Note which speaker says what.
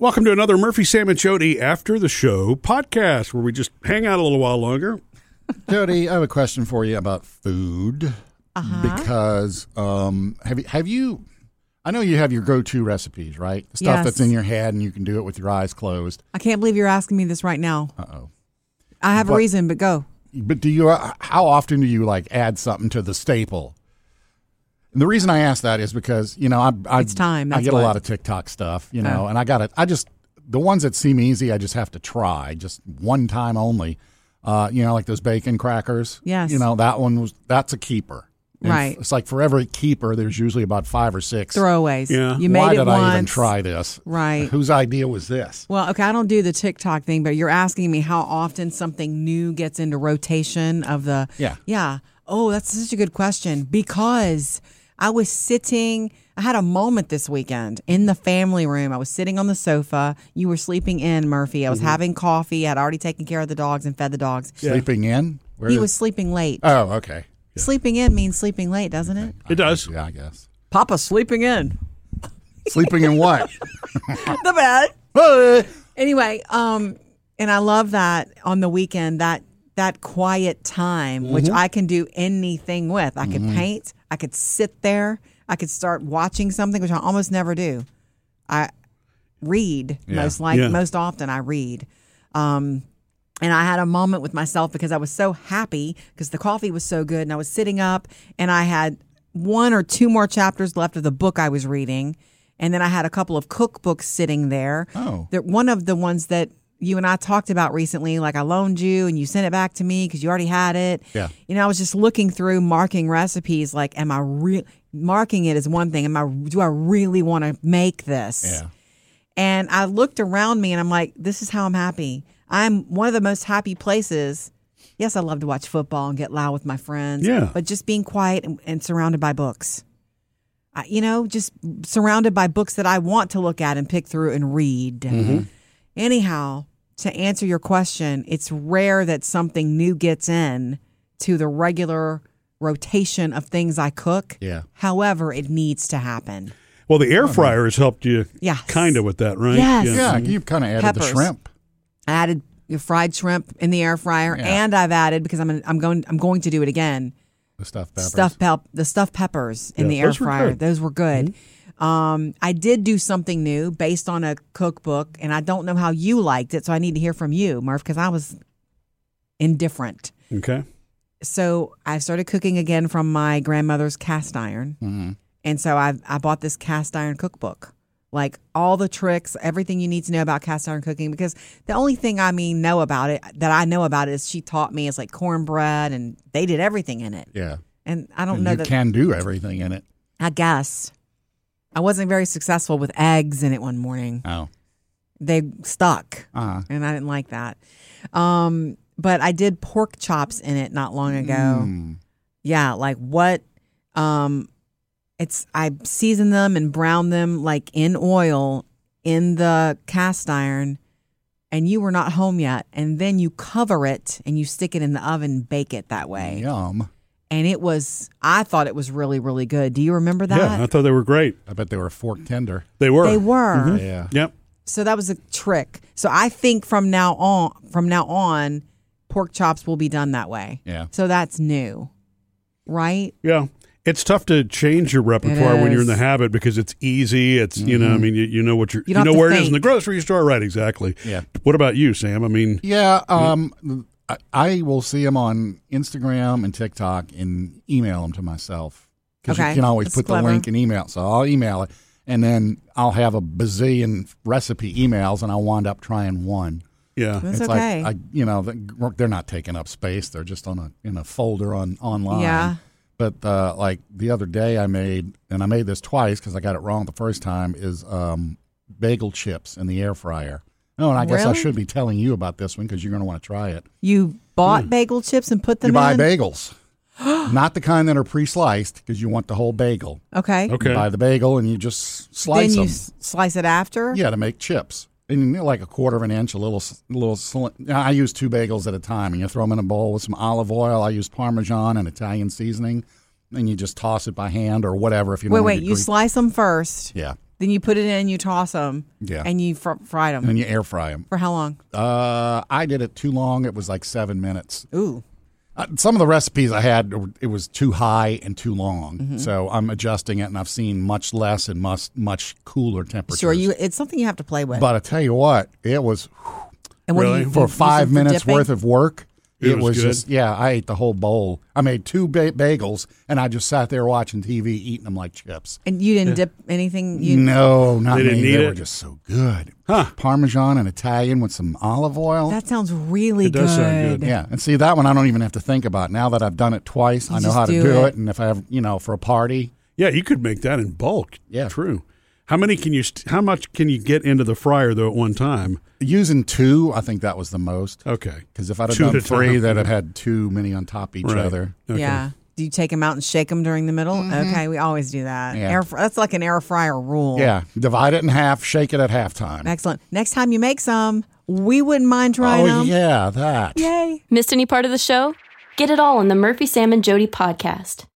Speaker 1: Welcome to another Murphy, Sam, and Jody After the Show podcast, where we just hang out a little while longer.
Speaker 2: Jody, I have a question for you about food
Speaker 3: Uh-huh.
Speaker 2: because um, have you have you? I know you have your go-to recipes, right? The stuff
Speaker 3: Yes.
Speaker 2: that's in your head and you can do it with your eyes closed.
Speaker 3: I can't believe you're asking me this right now.
Speaker 2: Uh oh.
Speaker 3: I have
Speaker 2: But-
Speaker 3: a reason, but go.
Speaker 2: But do you? uh, How often do you like add something to the staple? And the reason I ask that is because you know I, I
Speaker 3: It's time,
Speaker 2: I
Speaker 3: that's
Speaker 2: get
Speaker 3: why.
Speaker 2: a lot of TikTok stuff, you know,
Speaker 3: Oh.
Speaker 2: and I got to I just the ones that seem easy, I just have to try, just one time only. Uh, you know, like those bacon crackers.
Speaker 3: Yes.
Speaker 2: You know that one was that's a keeper. And f-
Speaker 3: Right.
Speaker 2: It's like for every keeper, there's usually about five or six.
Speaker 3: Throwaways.
Speaker 1: Yeah.
Speaker 3: You made
Speaker 2: Why
Speaker 3: it
Speaker 2: did
Speaker 3: once.
Speaker 2: I even try this?
Speaker 3: Right.
Speaker 2: Whose idea was this?
Speaker 3: Well, okay, I don't do the TikTok thing, but you're asking me how often something new gets into rotation of the.
Speaker 2: Yeah.
Speaker 3: Yeah. Oh, that's such a good question because I was sitting, I had a moment this weekend in the family room. I was sitting on the sofa. You were sleeping in, Murphy. I
Speaker 2: Mm-hmm.
Speaker 3: was having coffee. I'd already taken care of the dogs and fed the dogs.
Speaker 2: Sleeping in? Where
Speaker 3: He
Speaker 2: is-
Speaker 3: was sleeping late.
Speaker 2: Oh, okay.
Speaker 3: Sleeping in means sleeping late, doesn't it?
Speaker 1: It does.
Speaker 2: Yeah, I guess.
Speaker 3: Papa sleeping in
Speaker 2: Sleeping in what?
Speaker 3: the bed.
Speaker 2: Hey!
Speaker 3: Anyway, um, and I love that on the weekend that that quiet time, which
Speaker 1: Mm-hmm.
Speaker 3: I can do anything with. I could paint. I could sit there. I could start watching something, which I almost never do. I read most like
Speaker 1: Yeah.
Speaker 3: most often. I read. Um, and I had a moment with myself because I was so happy because the coffee was so good and I was sitting up and I had one or two more chapters left of the book I was reading. And then I had a couple of cookbooks sitting there.
Speaker 2: Oh.
Speaker 3: That one of the ones that you and I talked about recently, like I loaned you and you sent it back to me because you already had it.
Speaker 2: Yeah.
Speaker 3: You know, I was just looking through marking recipes like, am I real? Marking it is one thing. Am I, do I really want to make this?
Speaker 2: Yeah.
Speaker 3: And I looked around me and I'm like, this is how I'm happy. I'm one of the most happy places. Yes, I love to watch football and get loud with my friends.
Speaker 1: Yeah.
Speaker 3: But just being quiet and, and surrounded by books. I, you know, just surrounded by books that I want to look at and pick through and read. Anyhow, to answer your question, it's rare that something new gets in to the regular rotation of things I cook.
Speaker 2: Yeah.
Speaker 3: However, it needs to happen.
Speaker 1: Well, the air fryer has helped you
Speaker 3: Yes.
Speaker 1: kind of with that, right?
Speaker 3: Yes.
Speaker 2: Yeah, you've kind of added the
Speaker 3: Peppers.
Speaker 2: shrimp.
Speaker 3: I added your fried shrimp in the air fryer,
Speaker 2: Yeah.
Speaker 3: and I've added because I'm gonna, I'm going I'm going to do it again.
Speaker 2: The stuffed peppers.
Speaker 3: Stuffed pep the stuffed peppers in
Speaker 1: Yeah,
Speaker 3: the air
Speaker 1: those were
Speaker 3: fryer.
Speaker 1: good. Mm-hmm.
Speaker 3: Those were good. Um, I did do something new based on a cookbook, and I don't know how you liked it, so I need to hear from you, Murph, because I was indifferent.
Speaker 1: Okay.
Speaker 3: So I started cooking again from my grandmother's cast iron,
Speaker 2: Mm-hmm.
Speaker 3: and so I I bought this cast iron cookbook, like all the tricks, everything you need to know about cast iron cooking. Because the only thing I mean know about it that I know about it is she taught me is like cornbread, and they did everything in it.
Speaker 2: Yeah.
Speaker 3: And I don't
Speaker 2: And
Speaker 3: know
Speaker 2: you
Speaker 3: that
Speaker 2: can do everything in it.
Speaker 3: I guess I wasn't very successful with eggs in it one morning.
Speaker 2: Oh.
Speaker 3: They stuck
Speaker 2: Uh-huh.
Speaker 3: and I didn't like that. Um, but I did pork chops in it not long ago.
Speaker 2: Mm. Hmm.
Speaker 3: Yeah, like what? Um, it's I season them and brown them like in oil in the cast iron, and you were not home yet. And then you cover it and you stick it in the oven, bake it that way.
Speaker 2: Yum.
Speaker 3: And it was, I thought it was really, really good. Do you remember that?
Speaker 1: Yeah, I thought they were great.
Speaker 2: I bet they were fork tender.
Speaker 1: They were.
Speaker 3: They were.
Speaker 2: Yeah.
Speaker 1: Yep.
Speaker 3: So that was a trick. So I think from now on, from now on, pork chops will be done that way.
Speaker 2: Yeah.
Speaker 3: So that's new, right?
Speaker 1: Yeah. It's tough to change your repertoire when you're in
Speaker 3: is.
Speaker 1: the habit because it's easy. It's you know, I mean, you, you know what you're, you,
Speaker 3: You don't
Speaker 1: know
Speaker 3: have to
Speaker 1: where it is in
Speaker 3: think.
Speaker 1: the grocery store, right? Exactly.
Speaker 2: Yeah.
Speaker 1: What about you, Sam? I mean,
Speaker 2: Yeah. Um, I, I will see them on Instagram and TikTok and email them to myself because
Speaker 3: Okay.
Speaker 2: you can always
Speaker 3: That's
Speaker 2: put
Speaker 3: clever.
Speaker 2: the link in email. So I'll email it, and then I'll have a bazillion recipe emails, and I'll wind up trying one.
Speaker 1: yeah,
Speaker 3: That's
Speaker 2: it's
Speaker 3: okay.
Speaker 2: like I, you know, th- they're not taking up space. They're just on a in a folder on online.
Speaker 3: Yeah.
Speaker 2: But uh, like the other day, I made and I made this twice because I got it wrong the first time. Is um, bagel chips in the air fryer. Oh, and I guess I
Speaker 3: Really?
Speaker 2: should be telling you about this one because you're going to want to try it.
Speaker 3: you bought bagel chips and put them
Speaker 2: Hmm. You buy
Speaker 3: in.
Speaker 2: bagels, not the kind that are pre-sliced because you want the whole bagel.
Speaker 3: okay.
Speaker 1: okay,
Speaker 2: You buy the bagel and you just slice
Speaker 3: then you
Speaker 2: them.
Speaker 3: s- slice it after.
Speaker 2: Yeah, to make chips. And you know, like a quarter of an inch, a little, s- little. sli- I use two bagels at a time, and you throw them in a bowl with some olive oil. I use Parmesan and Italian seasoning, and you just toss it by hand or whatever if you.
Speaker 3: Wait,
Speaker 2: don't
Speaker 3: wait.
Speaker 2: need
Speaker 3: You
Speaker 2: Greek-
Speaker 3: slice them first.
Speaker 2: Yeah,
Speaker 3: Then you put it in, you toss them,
Speaker 2: Yeah.
Speaker 3: and you fr- fry them.
Speaker 2: And then you air fry them.
Speaker 3: For how long?
Speaker 2: Uh, I did it too long. It was like seven minutes.
Speaker 3: Ooh,
Speaker 2: Uh, some of the recipes I had, it was too high and too long.
Speaker 3: Mm-hmm.
Speaker 2: So I'm adjusting it, and I've seen much less and much much cooler temperatures.
Speaker 3: sure. You it's something you have to play with.
Speaker 2: But I tell you what, it was
Speaker 3: and what do
Speaker 1: really?
Speaker 3: you-
Speaker 2: for
Speaker 3: you use it
Speaker 2: five
Speaker 3: for
Speaker 2: minutes
Speaker 3: dipping?
Speaker 2: worth of work.
Speaker 1: It
Speaker 2: It,
Speaker 1: was
Speaker 2: was,
Speaker 1: good.
Speaker 2: just yeah. I ate the whole bowl. I made two ba- bagels, and I just sat there watching TV, eating them like chips.
Speaker 3: And you didn't dip anything. You
Speaker 2: no, not
Speaker 1: They didn't
Speaker 2: me.
Speaker 1: need
Speaker 2: they
Speaker 1: it?
Speaker 2: were just so good.
Speaker 1: Huh.
Speaker 2: Parmesan and Italian with some olive oil.
Speaker 3: that sounds really
Speaker 1: It
Speaker 3: good.
Speaker 1: does sound good.
Speaker 2: Yeah, and see that one I don't even have to think about. Now that I've done it twice, I know
Speaker 3: just
Speaker 2: how to
Speaker 3: do
Speaker 2: do,
Speaker 3: it.
Speaker 2: it. And if I have, you know, for a party,
Speaker 1: Yeah, you could make that in bulk.
Speaker 2: Yeah.
Speaker 1: true. How many can you? St- how much can you get into the fryer though at one time?
Speaker 2: using two, I think that was the most.
Speaker 1: Okay,
Speaker 2: Because if I'd have
Speaker 1: Two at
Speaker 2: done
Speaker 1: a time,
Speaker 2: three, that
Speaker 1: yeah.
Speaker 2: I'd had too many on top of each
Speaker 1: Right.
Speaker 2: other.
Speaker 1: Okay.
Speaker 3: Yeah. Do you take them out and shake them during the middle? Okay, we always do that.
Speaker 2: Mm-hmm. Yeah.
Speaker 3: Air fr- that's like an air fryer rule.
Speaker 2: Yeah, divide it in half, shake it at halftime.
Speaker 3: Excellent. Next time you make some, we wouldn't mind trying
Speaker 2: oh
Speaker 3: them.
Speaker 2: yeah, that.
Speaker 3: Yay.
Speaker 4: Missed any part of the show? Get it all on the Murphy, Sam, and Jody podcast.